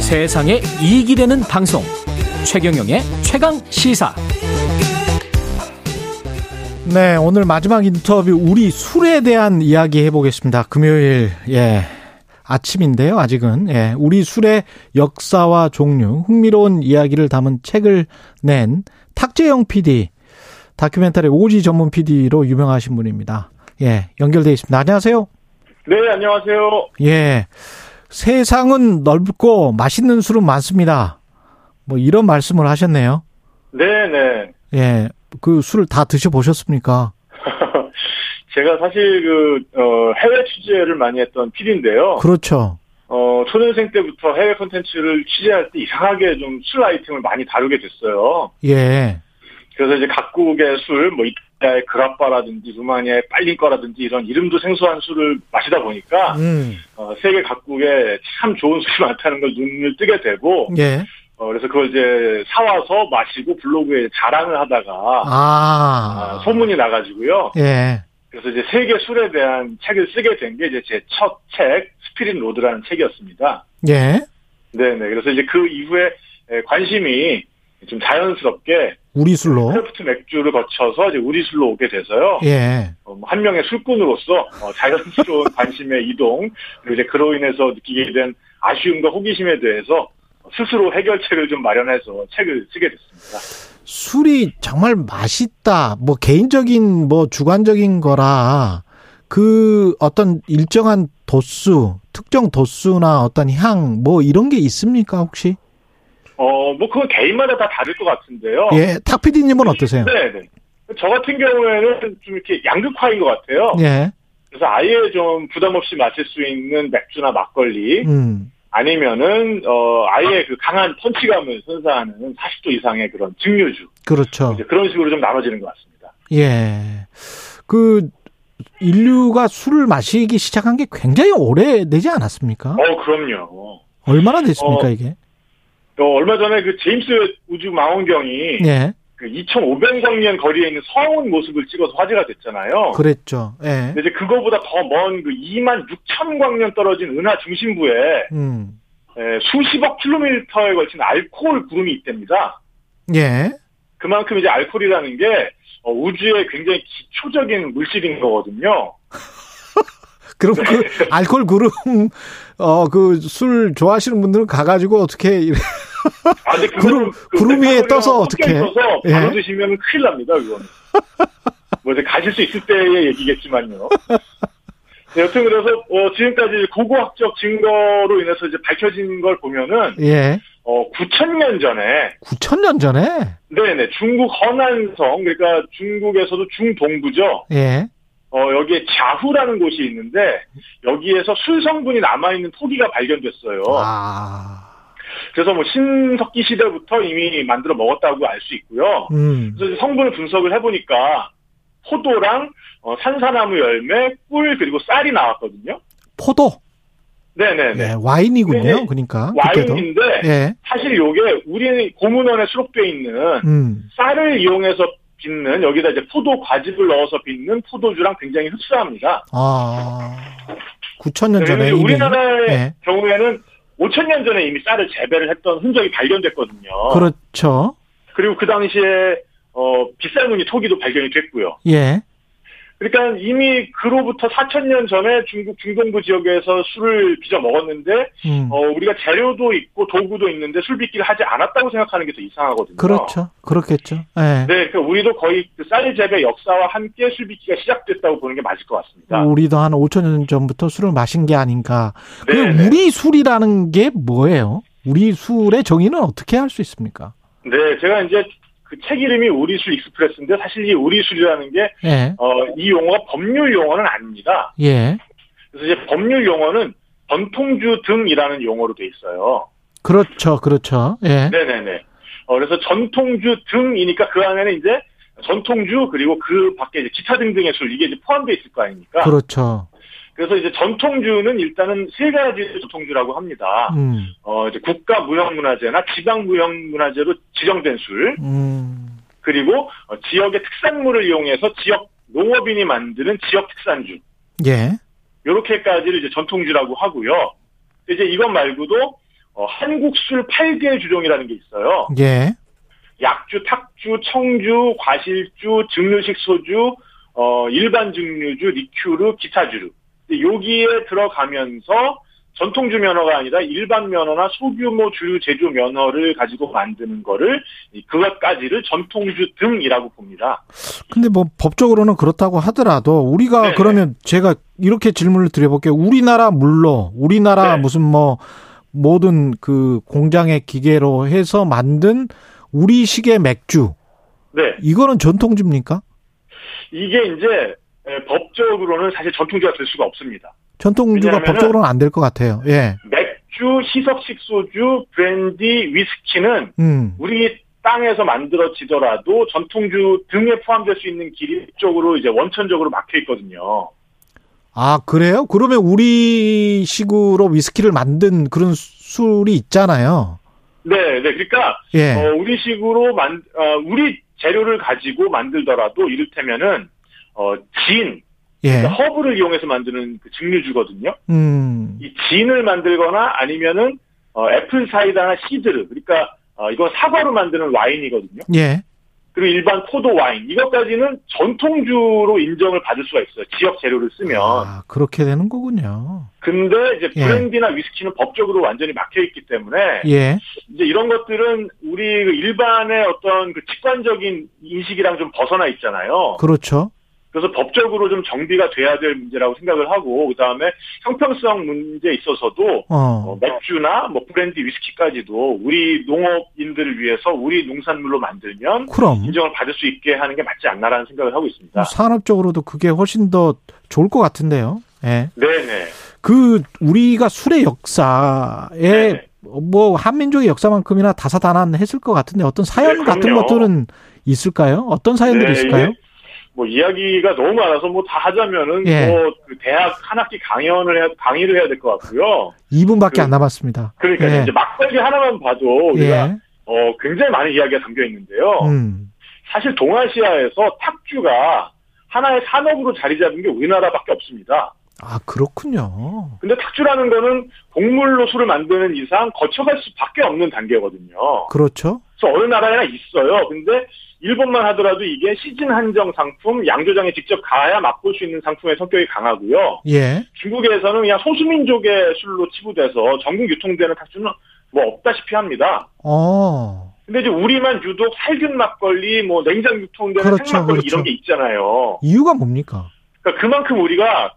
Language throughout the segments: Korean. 세상에 이익이 되는 방송 최경영의 최강 시사 네, 오늘 마지막 인터뷰 우리 술에 대한 이야기 해보겠습니다. 금요일 예 아침인데요, 아직은 예 우리 술의 역사와 종류 흥미로운 이야기를 담은 책을 낸 탁재영 PD 다큐멘터리 오지 전문 PD로 유명하신 분입니다. 예 연결돼 있습니다. 안녕하세요. 네, 안녕하세요. 예 세상은 넓고 맛있는 술은 많습니다. 뭐 이런 말씀을 하셨네요. 네, 네. 예. 그 술을 다 드셔보셨습니까? 제가 사실 그 어, 해외 취재를 많이 했던 PD인데요. 그렇죠. 어, 초년생 때부터 해외 콘텐츠를 취재할 때 이상하게 좀 술 아이템을 많이 다루게 됐어요. 예. 그래서 이제 각국의 술, 뭐 이탈리아의 그라빠라든지 루마니아의 빨린거라든지 이런 이름도 생소한 술을 마시다 보니까 음. 어, 세계 각국에 참 좋은 술이 많다는 걸 눈을 뜨게 되고 예. 어, 그래서 그걸 이제 사와서 마시고 블로그에 자랑을 하다가 아. 아, 소문이 나가지고요. 예. 그래서 이제 세계 술에 대한 책을 쓰게 된 게 이제 제 첫 책, 스피릿 로드라는 책이었습니다. 예. 네네. 그래서 이제 그 이후에 에, 관심이 좀 자연스럽게 우리 술로. 크래프트 맥주를 거쳐서 이제 우리 술로 오게 어? 돼서요. 예. 어, 뭐한 명의 술꾼으로서 어, 자연스러운 관심의 이동, 그리고 이제 그로 인해서 느끼게 된 아쉬움과 호기심에 대해서 스스로 해결책을 좀 마련해서 책을 쓰게 됐습니다. 술이 정말 맛있다. 뭐 개인적인 뭐 주관적인 거라 그 어떤 일정한 도수, 특정 도수나 어떤 향, 뭐 이런 게 있습니까, 혹시? 어, 뭐 그건 개인마다 다 다를 것 같은데요. 예. 탁 PD님은 어떠세요? 네, 네. 저 같은 경우에는 좀 이렇게 양극화인 것 같아요. 예. 그래서 아예 좀 부담 없이 마실 수 있는 맥주나 막걸리 음. 아니면은 어 아예 그 강한 펀치감을 선사하는 40도 이상의 그런 증류주 그렇죠. 이제 그런 식으로 좀 나눠지는 것 같습니다. 예. 그 인류가 술을 마시기 시작한 게 굉장히 오래되지 않았습니까? 어 그럼요. 얼마나 됐습니까, 어. 이게? 어, 얼마 전에 그 제임스 웹 우주 망원경이 예. 그 2,500년 거리에 있는 서운 모습을 찍어서 네. 화제가 됐잖아요. 그랬죠. 예. 근데 이제 그거보다 더 먼 그 2만 6천 광년 떨어진 은하 중심부에 음. 에, 수십억 킬로미터에 걸친 알코올 구름이 있답니다. 예. 그만큼 이제 알코올이라는 게 어, 우주의 굉장히 기초적인 물질인 거거든요. 그럼 그 알코올 그룹 어그 술 좋아하시는 분들은 가 가지고 어떻게 이래- 아, 근데 그거는 구름- 그 구름 위에 메탄올이랑 떠서 섞여 어떻게 해? 있어서 예. 바로 드시면 큰일 납니다, 그거는. 뭐 이제 가실 수 있을 때의 얘기겠지만요. 네, 여튼 그래서 어, 지금까지 고고학적 증거로 인해서 이제 밝혀진 걸 보면은 예. 어, 9,000년 전에 9천년 전에 네네 중국 허난성 그러니까 중국에서도 중동부죠. 예. 어, 여기에 자후라는 곳이 있는데, 여기에서 술성분이 남아있는 토기가 발견됐어요. 아. 그래서 뭐 신석기 시대부터 이미 만들어 먹었다고 알 수 있고요. 음. 그래서 이제 성분을 분석을 해보니까, 포도랑 어, 산사나무 열매, 꿀, 그리고 쌀이 나왔거든요. 포도. 네네네. 예, 와인이군요. 네네. 그러니까 그때도. 와인인데, 예. 사실 요게 우리 고문원에 수록되어 있는 음. 쌀을 이용해서 빚는, 여기다 이제 포도 과즙을 넣어서 빚는 포도주랑 굉장히 흡사합니다. 아. 9천년 전에 네, 이미 우리나라의 예. 경우에는 5천년 전에 이미 쌀을 재배를 했던 흔적이 발견됐거든요. 그렇죠. 그리고그 당시에 어, 빗살무늬 토기도 발견이 됐고요. 예. 그러니까 이미 그로부터 4천년 전에 중국 중동부 지역에서 술을 빚어 먹었는데 음. 어, 우리가 재료도 있고 도구도 있는데 술빚기를 하지 않았다고 생각하는 게 더 이상하거든요. 그렇죠. 그렇겠죠. 예. 네, 그러니까 우리도 거의 그 쌀 재배 역사와 함께 술빚기가 시작됐다고 보는 게 맞을 것 같습니다. 우리도 한 5천 년 전부터 술을 마신 게 아닌가. 네, 그 네. 우리 술이라는 게 뭐예요? 우리 술의 정의는 어떻게 할 수 있습니까? 네, 제가 이제 그 책 이름이 우리술 익스프레스인데 사실 이 우리술이라는 게 예. 어, 이 용어가 법률 용어는 아닙니다. 예. 그래서 이제 법률 용어는 전통주 등이라는 용어로 돼 있어요. 그렇죠. 그렇죠. 예. 네네네. 어, 그래서 전통주 등이니까 그 안에는 이제 전통주 그리고 그 밖에 이제 기타 등등의 술 이게 이제 포함되어 있을 거 아닙니까? 그렇죠. 그래서 이제 전통주는 일단은 세 가지 전통주라고 합니다. 음. 어, 이제 국가 무형문화재나 지방 무형문화재로 지정된 술 음. 그리고 어, 지역의 특산물을 이용해서 지역 농업인이 만드는 지역 특산주 예. 요렇게까지를 이제 전통주라고 하고요. 이제 이것 말고도 어, 한국술 8개 주종이라는 게 있어요. 예. 약주, 탁주, 청주, 과실주, 증류식 소주, 어, 일반 증류주, 리큐르, 기타주류. 근데 여기에 들어가면서 전통주 면허가 아니라 일반 면허나 소규모 주류 제조 면허를 가지고 만드는 거를 이 그것까지를 전통주 등이라고 봅니다. 근데 뭐 법적으로는 그렇다고 하더라도 우리가 네네. 그러면 제가 이렇게 질문을 드려볼게요. 우리나라 물로 우리나라 네. 무슨 뭐 모든 그 공장의 기계로 해서 만든 우리식의 맥주 네. 이거는 전통주입니까? 이게 이제 에, 법적으로는 사실 전통주가 될 수가 없습니다. 전통주가 왜냐하면은- 법적으로는 안 될 것 같아요. 예. 맥주, 희석식 소주, 브랜디, 위스키는 음. 우리 땅에서 만들어지더라도 전통주 등에 포함될 수 있는 길이 쪽으로 이제 원천적으로 막혀 있거든요. 아 그래요? 그러면 우리식으로 위스키를 만든 그런 술이 있잖아요. 네, 네. 그러니까 예. 어, 우리식으로 만 어, 우리 재료를 가지고 만들더라도 이를테면은 어, 진, 예. 그러니까 허브를 이용해서 만드는 그 증류주거든요. 음. 이 진을 만들거나 아니면은 어, 애플 사이다나 시드르, 그러니까 어, 이건 사과로 만드는 와인이거든요. 예. 그리고 일반 포도 와인 이것까지는 전통주로 인정을 받을 수가 있어요. 지역 재료를 쓰면. 아 그렇게 되는 거군요. 근데 이제 예. 브랜디나 위스키는 법적으로 완전히 막혀 있기 때문에 예. 이제 이런 것들은 우리 그 일반의 어떤 그 직관적인 인식이랑 좀 벗어나 있잖아요. 그렇죠. 그래서 법적으로 좀 정비가 돼야 될 문제라고 생각을 하고 그다음에 형평성 문제에 있어서도 어. 어, 맥주나 뭐 브랜디 위스키까지도 우리 농업인들을 위해서 우리 농산물로 만들면 그럼 인정을 받을 수 있게 하는 게 맞지 않나라는 생각을 하고 있습니다. 산업적으로도 그게 훨씬 더 좋을 것 같은데요. 예. 네네. 그 우리가 술의 역사에 네네. 뭐 한민족의 역사만큼이나 다사다난했을 것 같은데 어떤 사연 네, 같은 그럼요. 것들은 있을까요? 어떤 사연들이 네, 있을까요? 이게 뭐 이야기가 너무 많아서 뭐 다 하자면은 예. 뭐그 대학 한 학기 강연을 해야, 강의를 해야 될 것 같고요. 2분밖에 그- 안 남았습니다. 그러니까 예. 이제 막걸리 하나만 봐도 우리가 어, 굉장히 많은 이야기가 담겨 있는데요. 음. 사실 동아시아에서 탁주가 하나의 산업으로 자리 잡은 게 우리나라밖에 없습니다. 아, 그렇군요. 근데 탁주라는 거는 곡물로 술을 만드는 이상 거쳐갈 수밖에 없는 단계거든요. 그렇죠. 그래서 어느 나라에나 있어요. 근데 일본만 하더라도 이게 시즌 한정 상품, 양조장에 직접 가야 맛볼 수 있는 상품의 성격이 강하고요. 예. 중국에서는 그냥 소수민족의 술로 치부돼서 전국 유통되는 탁주는 뭐 없다시피 합니다. 어. 근데 이제 우리만 유독 살균 막걸리, 뭐 냉장 유통되는 그렇죠, 생막걸리 그렇죠. 이런 게 있잖아요. 이유가 뭡니까? 그러니까 그만큼 우리가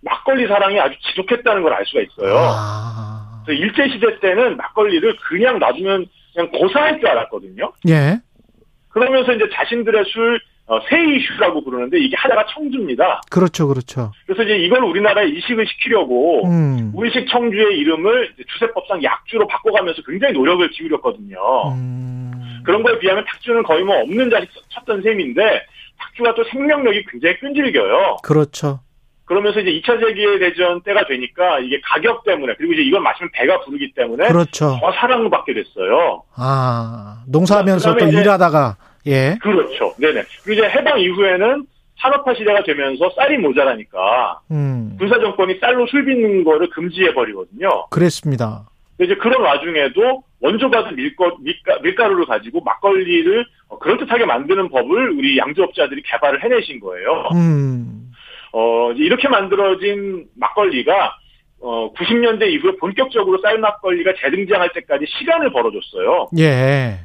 막걸리 사랑이 아주 지속했다는 걸 알 수가 있어요. 아. 그래서 일제시대 때는 막걸리를 그냥 놔두면 그냥 고사할 줄 알았거든요. 예. 그러면서 이제 자신들의 술, 어, 세이슈라고 부르는데 이게 하나가 청주입니다. 그렇죠. 그렇죠. 그래서 이제 이걸 우리나라에 이식을 시키려고 음. 어. 우리식 청주의 이름을 이제 주세법상 약주로 바꿔가면서 굉장히 노력을 기울였거든요. 음. 그런 거에 비하면 탁주는 거의 뭐 없는 자리 쳤던 셈인데 탁주가 또 생명력이 굉장히 끈질겨요. 그렇죠. 그러면서 이제 2차 세계대전 때가 되니까 이게 가격 때문에 그리고 이제 이걸 마시면 배가 부르기 때문에 그렇죠. 더 사랑받게 됐어요. 아, 농사하면서 그다음에 또 이제- 일하다가, 예. 그렇죠. 네네. 그리고 이제 해방 이후에는 산업화 시대가 되면서 쌀이 모자라니까 음, 군사 정권이 쌀로 술 빚는 거를 금지해 버리거든요. 그랬습니다. 근데 이제 그런 와중에도 원조받은 밀거, 밀가, 밀가루를 가지고 막걸리를 어, 그럴듯하게 만드는 법을 우리 양조업자들이 개발을 해내신 거예요. 음, 어, 이제 이렇게 만들어진 막걸리가 어, 90년대 이후에 본격적으로 쌀 막걸리가 재등장할 때까지 시간을 벌어줬어요. 예.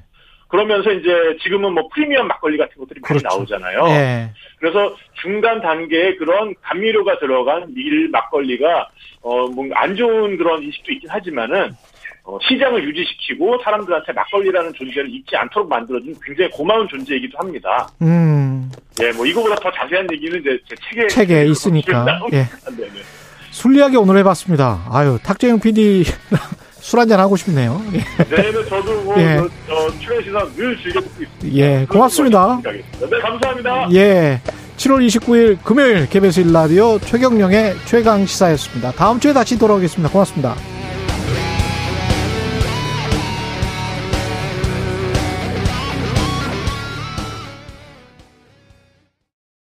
그러면서 이제 지금은 뭐 프리미엄 막걸리 같은 것들이 많이 그렇죠. 나오잖아요. 예. 그래서 중간 단계에 그런 감미료가 들어간 밀 막걸리가 어뭐안 좋은 그런 인식도 있긴 하지만은 어, 시장을 유지시키고 사람들한테 막걸리라는 존재를 잊지 않도록 만들어준 굉장히 고마운 존재이기도 합니다. 음, 예, 뭐 이거보다 더 자세한 얘기는 이제 제 책에 책에 있으니까. 예. 네, 네. 술 이야기 오늘 해봤습니다. 아유, 탁재영 PD 술 한잔 하고 싶네요. 네, 네, 저도 뭐 예. 저, 어, 출연 시간 늘 즐겨 듣고 있습니다. 예. 예, 고맙습니다. 네, 감사합니다. 예. 7월 29일 금요일 KBS 1라디오 최경령의 최강 시사였습니다. 다음 주에 다시 돌아오겠습니다. 고맙습니다.